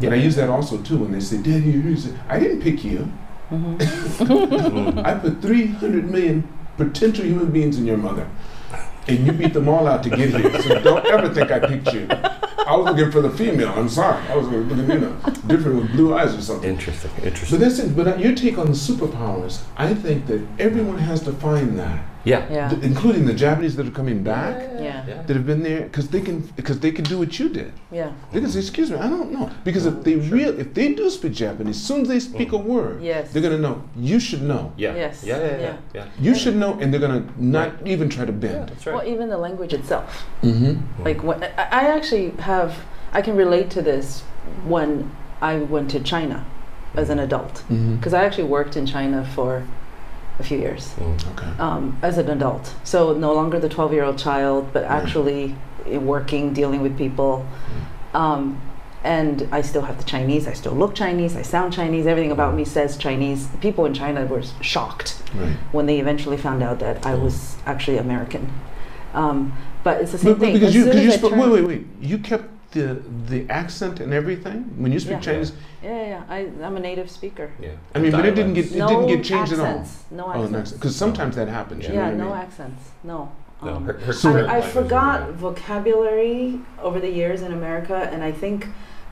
And I
Mm-hmm.
use that also too when they say, Dad, you use it. I didn't pick you.
mm-hmm.
Mhm.
I put 300 million potential human beings in your mother, and you beat them all out to get here. So don't ever think I picked you. I was looking for the female. I'm sorry. I was looking, you know, different with blue eyes or something.
Interesting.
So
Interesting.
that's it. But your take on the superpowers, I think that everyone has to find that,
Yeah.
Yeah.
th- including the Japanese that are coming back.
Yeah.
Yeah.
That have been there because they can because they can do what you did.
Yeah.
They can say, "Excuse me, I don't know." Because if they real if they do speak Japanese, as soon as they speak a word,
Yes.
they're gonna know. You should know.
Yeah.
Yes.
Yeah. Yeah.
Yeah.
Yeah. yeah.
You should know, and they're gonna not even try to
Yeah,
bend.
that's
Well,
right.
even the language itself.
Mm-hmm.
Like when, I I actually have, I can relate to this when I went to China as an adult
Mm-hmm.
because I actually worked in China for a few years.
Mm.
Okay.
um, as an adult. So no longer the 12 year old child, but actually i- working, dealing with people.
Mm-hmm.
Um, and I still have the Chinese. I still look Chinese. I sound Chinese. Everything about me says Chinese. People in China were s- shocked
Right.
when they eventually found out that I was actually American. Um, but it's the same
Mm. But, but
thing.
because
As
you,
soon
because
as
you
I
spoke,
turned-
wait, wait, wait. You kept the the accent and everything when you speak
Yeah.
Chinese?
Yeah, yeah, yeah. I, I'm a native speaker.
Yeah.
I mean, but it didn't
Dialects.
get it
no
didn't get changed
accents. No
at all.
accents.
because Oh, sometimes that happens. you know
Oh, yeah,
what I
no
mean?
accents. No.
No,
Um,
her- her
So-
current
I, I
language
forgot
is-
vocabulary over the years in America, and I think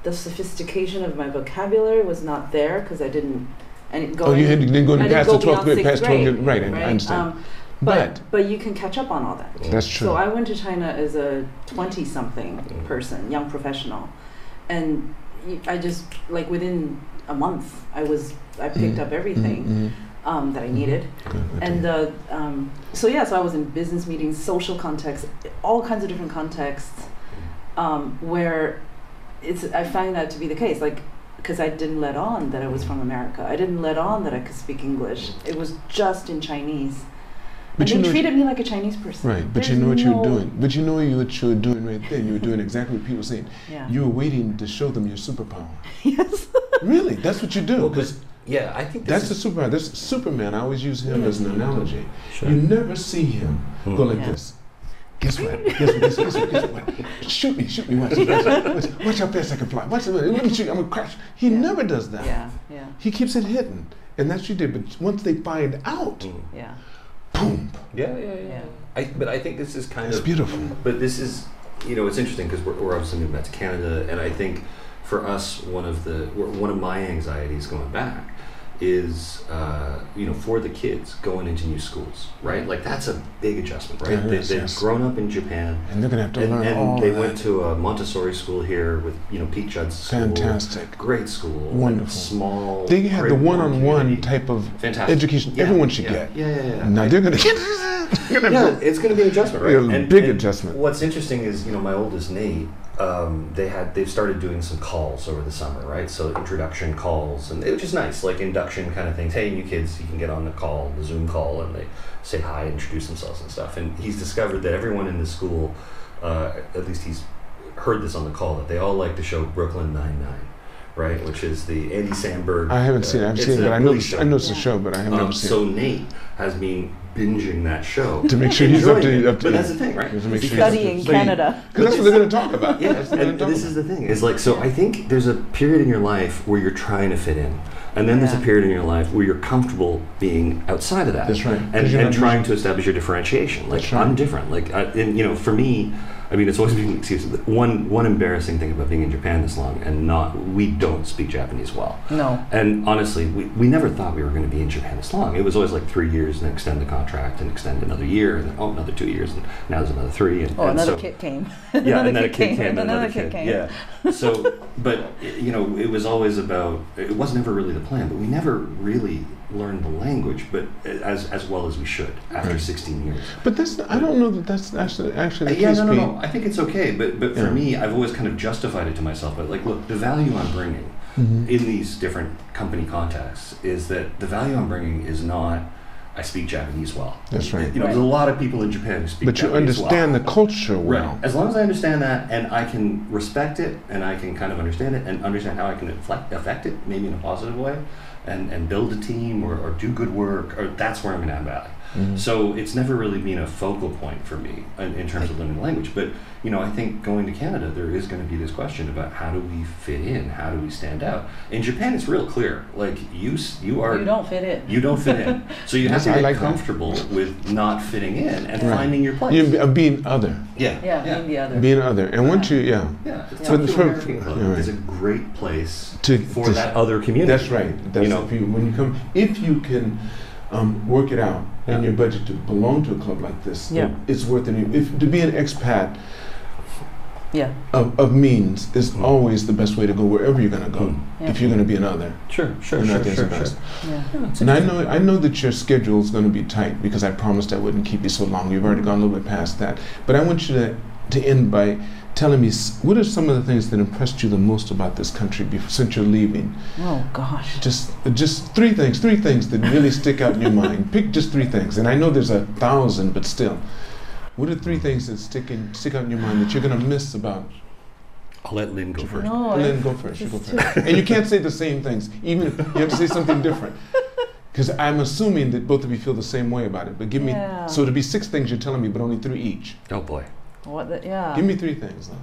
the sophistication of my vocabulary was not there because I didn't. And go
Oh, you
in-
had, didn't go
I didn't
past
go
the twelfth
beyond
grade,
sixth
past twelfth grade, right?
grade,
I- I understand.
Um,
but,
but but you can catch up on all that.
that's true.
So I went to China as a 20 something
Mm.
person, young professional. And y- I just, like within a month, I was, I picked
Mm.
up everything um, that I
Mhm.
needed.
Good, okay.
And uh, um, so, yeah, so I was in business meetings, social contexts, all kinds of different contexts um, where it's, I find that to be the case. Like, because I didn't let on that I was from America. I didn't let on that I could speak English. It was just in Chinese.
but
and
you
they
know,
treated me like a Chinese person.
right? But you
There's
know what you were
no-
doing. But you know you- what you were doing right then. You were doing exactly what people saying.
Yeah.
You were waiting to show them your superpower.
yes.
really, that's what you do.
Well, 'cause- yeah, I think this
that's a superpower. That's Superman. I always use him as an
Mm-hmm.
analogy.
is,
You never see him
Hmm.
go like
Yeah.
this. Guess what? Guess what? Guess what? Guess what? Guess what? Shoot me! Shoot me! Watch, watch, watch, watch how fast I can fly. Watch, let me shoot you. I'm gonna crash. He
Yeah.
never does that.
Yeah, yeah,
He keeps it hidden, and that's what you did. But once they find out,
Mm.
yeah.
boom!
Yeah, yeah, yeah.
Yeah.
I, but I think this is kind
It's
of
beautiful.
But this is, you know, it's interesting because we're, we're obviously moving back to Canada, and I think for us, one of the one of my anxieties going back is, uh, you know, for the kids going into new schools, right? Like that's a big adjustment, right?
It
they,
is,
they've
yes.
grown up in Japan,
And they're gonna have to
and,
learn all
and they
of
went
that.
to a Montessori school here with, you know, Pete Judd's school,
Fantastic.
great school, like,
Wonderful.
small.
They have the
great
one-on-one
community.
type of
Fantastic.
education
Yeah,
everyone should
yeah,
get.
Yeah, yeah, yeah.
Now
I-
they're gonna get. they're gonna
yeah,
have
it's going to be an adjustment, right?
Yeah, big adjustment.
What's interesting is, you know, my oldest Nate, um, they had they've started doing some calls over the summer, right? So introduction calls, and which is nice, like induction kind of things. Hey, you kids, you can get on the call, the Zoom call, and they say hi, introduce themselves, and stuff. And he's discovered that everyone in the school, uh, at least he's heard this on the call, that they all like the show Brooklyn Nine Nine, right? Which is the Andy Samberg.
I haven't
uh,
seen it. I've
it's
seen it,
a
but I know
really
this,
show.
I know it's a
Yeah.
show, but I haven't
Um,
ever seen
so Nate has been binging that show
it to make sure he's up
enjoying
to
it,
up to.
but that's the thing, right?
to make sure he's up to-
Studying
so you-
Canada.
Because that's what they're going to talk about.
Yeah,
That's what they're
and
gonna talk
this is the thing. Is like so. I think there's a period in your life where you're trying to fit in, and then there's a
Yeah.
period in your life where you're comfortable being outside of that.
That's right. 'Cause
And,
you're
and
not-
trying to establish your differentiation. Like
That's right.
I'm different. Like I, and you know, for me, I mean, it's always been an excuse. One one embarrassing thing about being in Japan this long and not we don't speak Japanese well.
No.
And honestly, we, we never thought we were going to be in Japan this long. It was always like three years and then extend the contract and extend another year and then, oh, another two years and now there's another three. And,
Oh,
and
another
so,
kid came.
yeah,
Another
and then a
kid
kid
came,
came, and
and
another
another
kid.
kid came.
Yeah. So, but you know, it was always about. It was never really the plan, but we never really learned the language, but uh, as as well as we should after
Right.
16 years.
But that's I don't know that that's actually actually the
yeah,
case.
no, no,
Pete.
no. I think it's okay, but but for
Yeah.
me, I've always kind of justified it to myself. But like, look, the value I'm bringing
Mhm.
in these different company contexts is that the value I'm bringing is not. I speak Japanese well.
That's right.
You know, there's a lot of people in Japan who speak.
But you
Japanese well.
understand the culture well.
Right. As long as I understand that and I can respect it and I can kind of understand it and understand how I can affect, affect it, maybe in a positive way, and, and build a team or, or do good work, or that's where I'm going to add value.
Mhm.
So it's never really been a focal point for me in, in terms of learning the language. But, you know, I think going to Canada, there is going to be this question about how do we fit in? How do we stand out? In Japan, it's real clear. Like, you, s- you are
Oh, You don't fit in.
you don't fit in. So you have
Yes,
to
I
get
like that.
comfortable with not fitting in and
Right.
finding your place.
You, uh, being other,
yeah.
Yeah, being the other.
being other, and once you yeah,
Yeah, it's
Yeah.
Talk
But
to
for-
American Club
yeah, right.
is a great place
to,
for
to-
that other community.
That's right. That's
you know,
if you, when you come if you can um, work it out in
Yeah.
your budget to belong to a club like this.
Yeah.
it's worth it. If to be an expat
Yeah.
of, of means is
Mm.
always the best way to go wherever you're going to go.
Mm.
Yeah.
If you're going to be an other,
sure, sure,
and I
sure,
think
sure,
it's the
sure.
best.
Yeah.
Yeah, it's
And I
interesting.
know, I know that your schedule is going to be tight because I promised I wouldn't keep you so long. We've already gone a little bit past that. But I want you to, to end by telling me s- what are some of the things that impressed you the most about this country before, since you're leaving?
Oh gosh.
Just, just three things, three things that really stick out in your mind. Pick just three things. And I know there's a thousand, but still. What are three things that stick, in, stick out in your mind that you're going to miss about?
I'll let Lynn go first.
No.
Lynn,
I-
go first. You go
just
first. and you can't say the same things, even if you have to say something different. Because I'm assuming that both of you feel the same way about it. But give me
Yeah.
so it'd be six things you're telling me, but only three each.
Oh boy.
What the, yeah.
Give me three things. Though.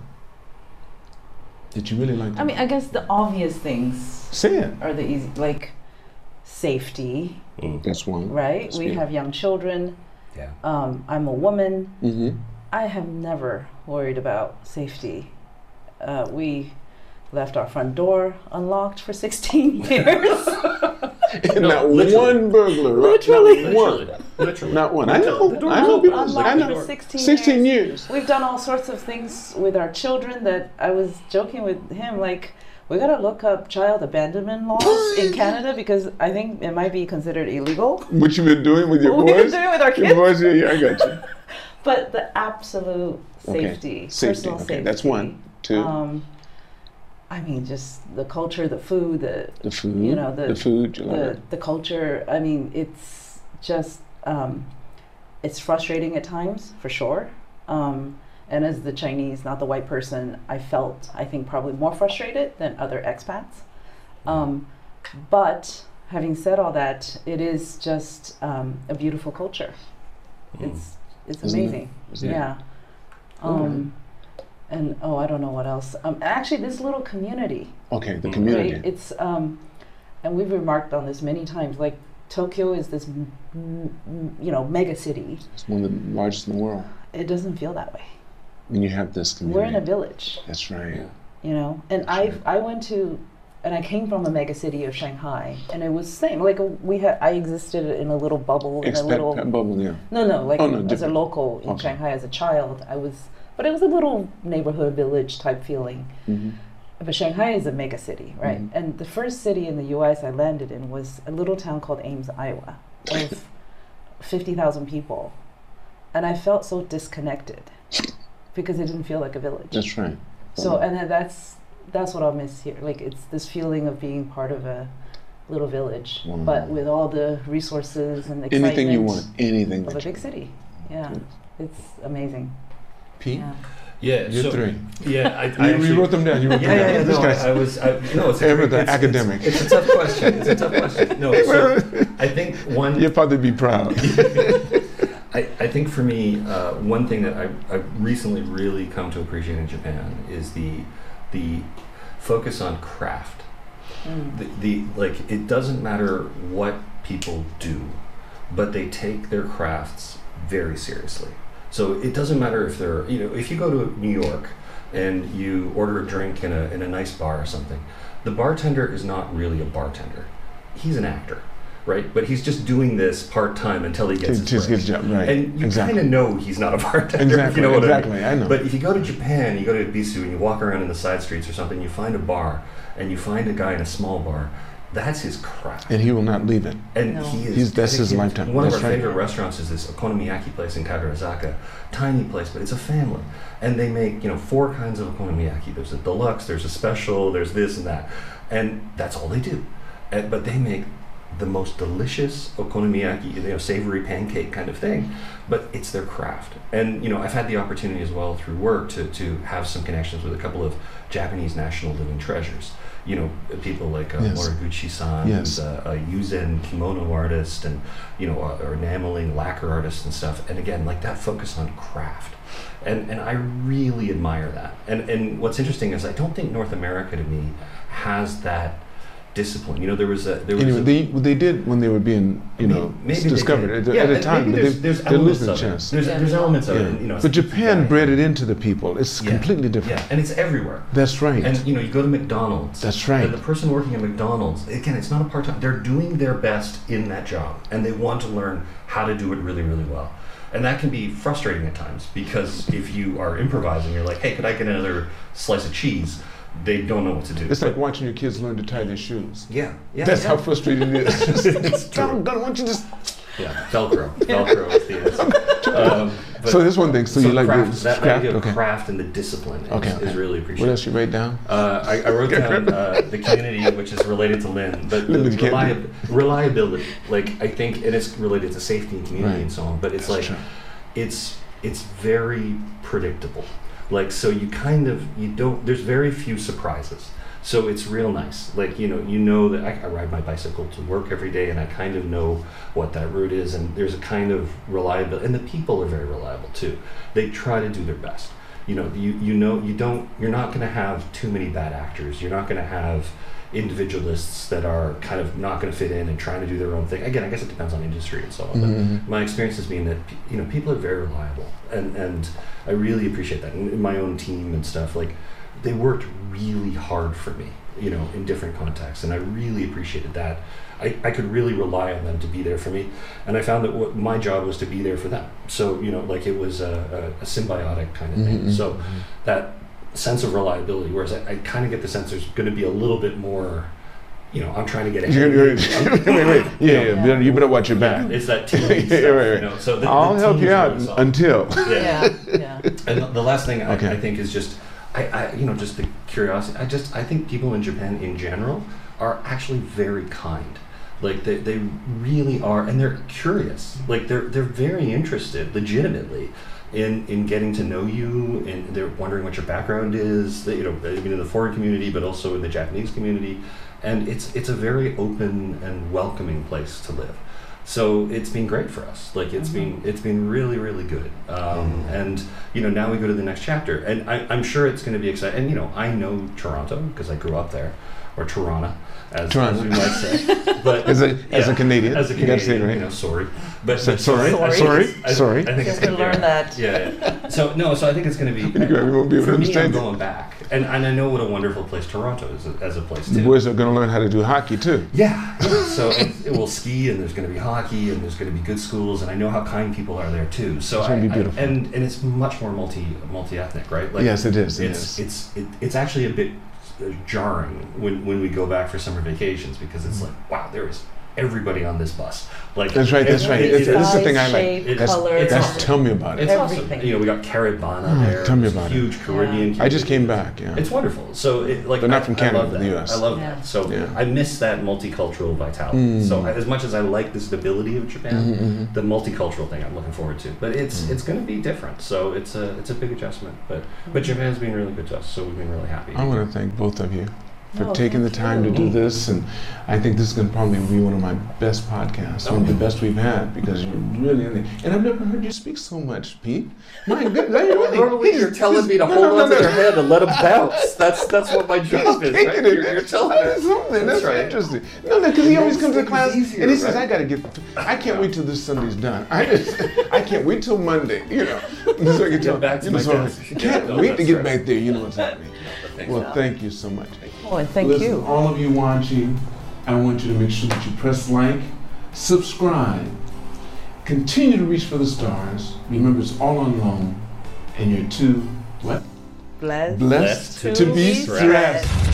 Did you really like
I mean, I guess the obvious things
Say it.
are the easy, like safety,
Mm.
That's one.
right? We
Speak.
have young children.
Yeah.
Um, I'm a woman.
Mm-hmm.
I have never worried about safety. Uh, we left our front door unlocked for 16 years.
And
No,
not
literally.
one burglar, right?
Literally.
Not one.
Literally.
Not one. I
Literally. The
know.
door
I
was
know.
open.
people- I
unlocked for
know.
16,
16
years.
years.
We've done all sorts of things with our children that I was joking with him, like, we gotta look up child abandonment laws in Canada because I think it might be considered illegal.
What you been doing with your
What we can
boys?
do with our
Your
kids.
boys, yeah, yeah, I got you.
But the absolute
Okay.
safety,
Safety.
personal
Okay,
safety.
that's one. Two,
Um, I mean, just the culture, the food, the
the food.
you know, the-
the food. You love
the, the culture. I mean, it's just um, it's frustrating at times for sure. Um, and as the Chinese, not the white person, I felt I think probably more frustrated than other expats. Um, but having said all that, it is just um, a beautiful culture. It's it's
Mm. Isn't it?
amazing.
Isn't it?
Yeah. Um, and oh, I don't know what else. Um, actually, this little community
Okay, the
Mm.
community.
Right? It's um, and we've remarked on this many times. Like Tokyo is this, m- m- you know, mega city.
It's one of the largest in the world.
It doesn't feel that way.
And you have this community.
We're in a village,
That's right.
you know. And I I went to, and I came from the mega city of Shanghai, and it was same. Like we had, I existed in a little bubble, in a
Expect
little
that bubble, yeah.
no, no, like
Oh, no,
as a
different.
local in
Okay.
Shanghai as a child, I was, but it was a little neighborhood village type feeling.
Mhm.
But Shanghai is a mega city, right?
Mm-hmm.
And the first city in the U.S. I landed in was a little town called Ames, Iowa, of fifty thousand people, and I felt so disconnected because it didn't feel like a village.
That's right.
so, and then that's that's what I'll miss here. Like it's this feeling of being part of a little village,
Wow.
but with all the resources and excitement
Anything you want, anything
of a
that you
big city. Yeah, it's amazing.
Pete,
Yeah.
Yeah.
you're
so,
three.
Yeah. I, I
You,
actually-
you wrote them down. You wrote
Yeah, yeah, yeah.
them down. This
No,
guy's-
I was. I, no, it's a,
Everything
it's,
academic.
It's, it's a tough question. It's a tough question. No, so I think one.
You'll probably be proud.
I, I think for me, uh, one thing that I, I've recently really come to appreciate in Japan is the the focus on craft.
Mm.
The, the like it doesn't matter what people do, but they take their crafts very seriously. So it doesn't matter if they're you know if you go to New York and you order a drink in a in a nice bar or something, the bartender is not really a bartender. He's an actor, right? But he's just doing this part time until he
Just
gets his
just
break.
get job right.
And you
exactly.
kind of know he's not a bartender. if
exactly.
you know what I mean.
exactly. I, know.
But if you go to Japan, you go to Ibisu, and you walk around in the side streets or something, you find a bar, and you find a guy in a small bar. That's his craft.
and he will not leave it.
And
No.
he is.
He's- that's his
dedicated.
lifetime.
One
That's
of our
right.
favorite restaurants is this okonomiyaki place in Kadorazaka. Tiny place, but it's a family. And they make, you know, four kinds of okonomiyaki. There's a deluxe, there's a special, there's this and that. And that's all they do. And, but they make the most delicious okonomiyaki, you know, savory pancake kind of thing. But it's their craft. And, you know, I've had the opportunity as well through work to, to have some connections with a couple of Japanese national living treasures. You know, people like uh,
Yes.
Moriguchi-san,
Yes.
who's Um, a, a yuzen kimono artist, and you know, uh, or enameling lacquer artists and stuff. And again, like that focus on craft, and and I really admire that. And and what's interesting is I don't think North America to me has that discipline. You know, there was a there was
Anyway,
a,
they they did when they were being you
may-
know
maybe they
discovered
did.
at, the-
yeah,
at a
maybe
time, but
there's,
they,
there's
they're
elements
losing
of
the chance.
It. There's, there's elements of
Yeah.
it. You know,
but
it's-
Japan
yeah.
bred it into the people. It's
Yeah.
completely different.
Yeah, and it's everywhere.
That's right.
And you know, you go to McDonald's.
That's right.
And the person working at McDonald's, again, it's not a part time. They're doing their best in that job, and they want to learn how to do it really, really well. And that can be frustrating at times because if you are improvising, you're like, "Hey, could I get another slice of cheese?" They don't know what to do.
it's like watching your kids learn to tie their shoes.
yeah, yeah,
That's
yeah.
how frustrating it is.
It's true.
Don't, don't, won't you just-
yeah, Velcro, Velcro is the answer. Um, but-
so that's one thing. So, you like
craft,
this
that
craft?
idea of
Okay.
craft and the discipline is,
Okay, okay.
is really
What
appreciated.
else you write down?
Uh, I, I wrote down uh, the community, which is related to Lynn, but the
Lynn, you can't-
reliab- reliability, like I think, and it's related to safety and community
Right.
and so on. But it's
That's
like, it's it's very predictable. Like so, you kind of you don't. There's very few surprises. So it's real nice. Like you know, you know that I, I ride my bicycle to work every day, and I kind of know what that route is. And there's a kind of reliability, and the people are very reliable too. They try to do their best. you know you, you know you don't you're not going to have too many bad actors you're not going to have individualists that are kind of not going to fit in and trying to do their own thing again i guess it depends on industry and so on but
Mm-hmm.
my experience has been that you know people are very reliable and and i really appreciate that in, in my own team and stuff like they worked really hard for me you know in different contexts and i really appreciated that I, I could really rely on them to be there for me and i found that what my job was to be there for them so you know like it was a, a, a symbiotic kind of
Mm-hmm.
thing so that sense of reliability. Whereas I, I kind of get the sense there's going to be a little bit more, you know, I'm trying to get ahead.
You're, you're, wait, wait. Yeah, yeah,
Yeah.
You better watch your
yeah,
back.
it's that team stuff,
Yeah, right,
you know. So the, the
I'll help
team
you
is
out
really solid.
until.
yeah.
Yeah, yeah.
And the- the last thing I,
Okay.
I think is just, I, I, you know, just the curiosity. I just, I think people in Japan in general are actually very kind. Like they, they really are, and they're curious. Like they're, they're very interested, legitimately, in, in getting to know you, and they're wondering what your background is. They, you know, I mean, in the foreign community, but also in the Japanese community, and it's, it's a very open and welcoming place to live. So it's been great for us. Like it's been
Mm-hmm.
it's been really really good. Um, And you know now we go to the next chapter, and I, I'm sure it's going to be exciting. And you know I know Toronto because I grew up there, or Toronto, as,
Toronto.
as we might say. But
As a as
yeah,
a Canadian,
as a
you gotta say
Canadian,
it
you,
right.
know, sorry, but,
So-
but-
sorry,
Sorry.
sorry,
I-
sorry.
I think
Guess
it's
we
gonna be
learned
all right.
that.
Yeah, yeah. So no, so I think it's going to be.
You won't be able to
for me, I'm
understand it.
going back, and and I know what a wonderful place Toronto is as a place
The
too.
boys are going to learn how to do hockey too.
Yeah. yeah. So it, it will ski, and there's going to be hockey, and there's going to be good schools, and I know how kind people are there too. So
It's gonna be
I- I-
beautiful.
and and it's much more multi multi ethnic, right?
yes, it is. It is.
It's it's it, it's actually a bit uh, jarring when when we go back for summer vacations because it's like wow, there is everybody on this bus. Like
That's right. That's right.
it-
That's,
it-
that's the
Size,
thing I like.
shape,
That's,
color.
that's tell me about
It's
it.
awesome.
Everything.
You know, we got Carabana
Mm,
there.
tell me
it's a
about it.
huge Caribbean.
I just came
community.
back. Yeah.
It's wonderful. So, it, like,
They're not
I-
from
I
Canada,
love
they're
that.
the US.
I love
Yeah.
that. So,
Yeah.
I miss that multicultural vitality.
Mm.
So, I- as much as I like the stability of Japan,
Mhm, mhm.
the multicultural thing I'm looking forward to. But it's
Mm.
it's going to be different. So, it's a it's a big adjustment. But but Japan's been really good to us. So, we've been really happy.
I want to thank both of you for
Oh,
No,
taking the
thank
time
you.
to do this, and I think this is going to probably be one of my best podcasts, one of
Oh.
the best we've had because you're really. in it. And I've never heard you speak so much, Pete. My goodness, I really-
Normally, you're
he's-
telling me to
no,
hold
no, no,
on to
no.
their head and let them bounce. That's that's what my job is.
Taking
Right?
it.
You're, you're telling
That
her.
is something. That's,
That's right.
interesting. No, no, because he always comes to
It's
class
easier,
and he says,
right?
"I got to get. I can't wait till this Sunday's done. I just, I can't wait till Monday. You know, so I can
Get
tell,
back to
you know,
my
so I
desk.
Can't
No,
wait to
that's
get
right.
back there. You know what's happening.
Thanks.
Well, thank you so much.
Oh, and thank
Listen,
you.
all of you watching, I want you to make sure that you press like, subscribe, continue to reach for the stars. Remember, it's all on loan, and you're too what
Bless.
blessed, to be
stressed.
stressed.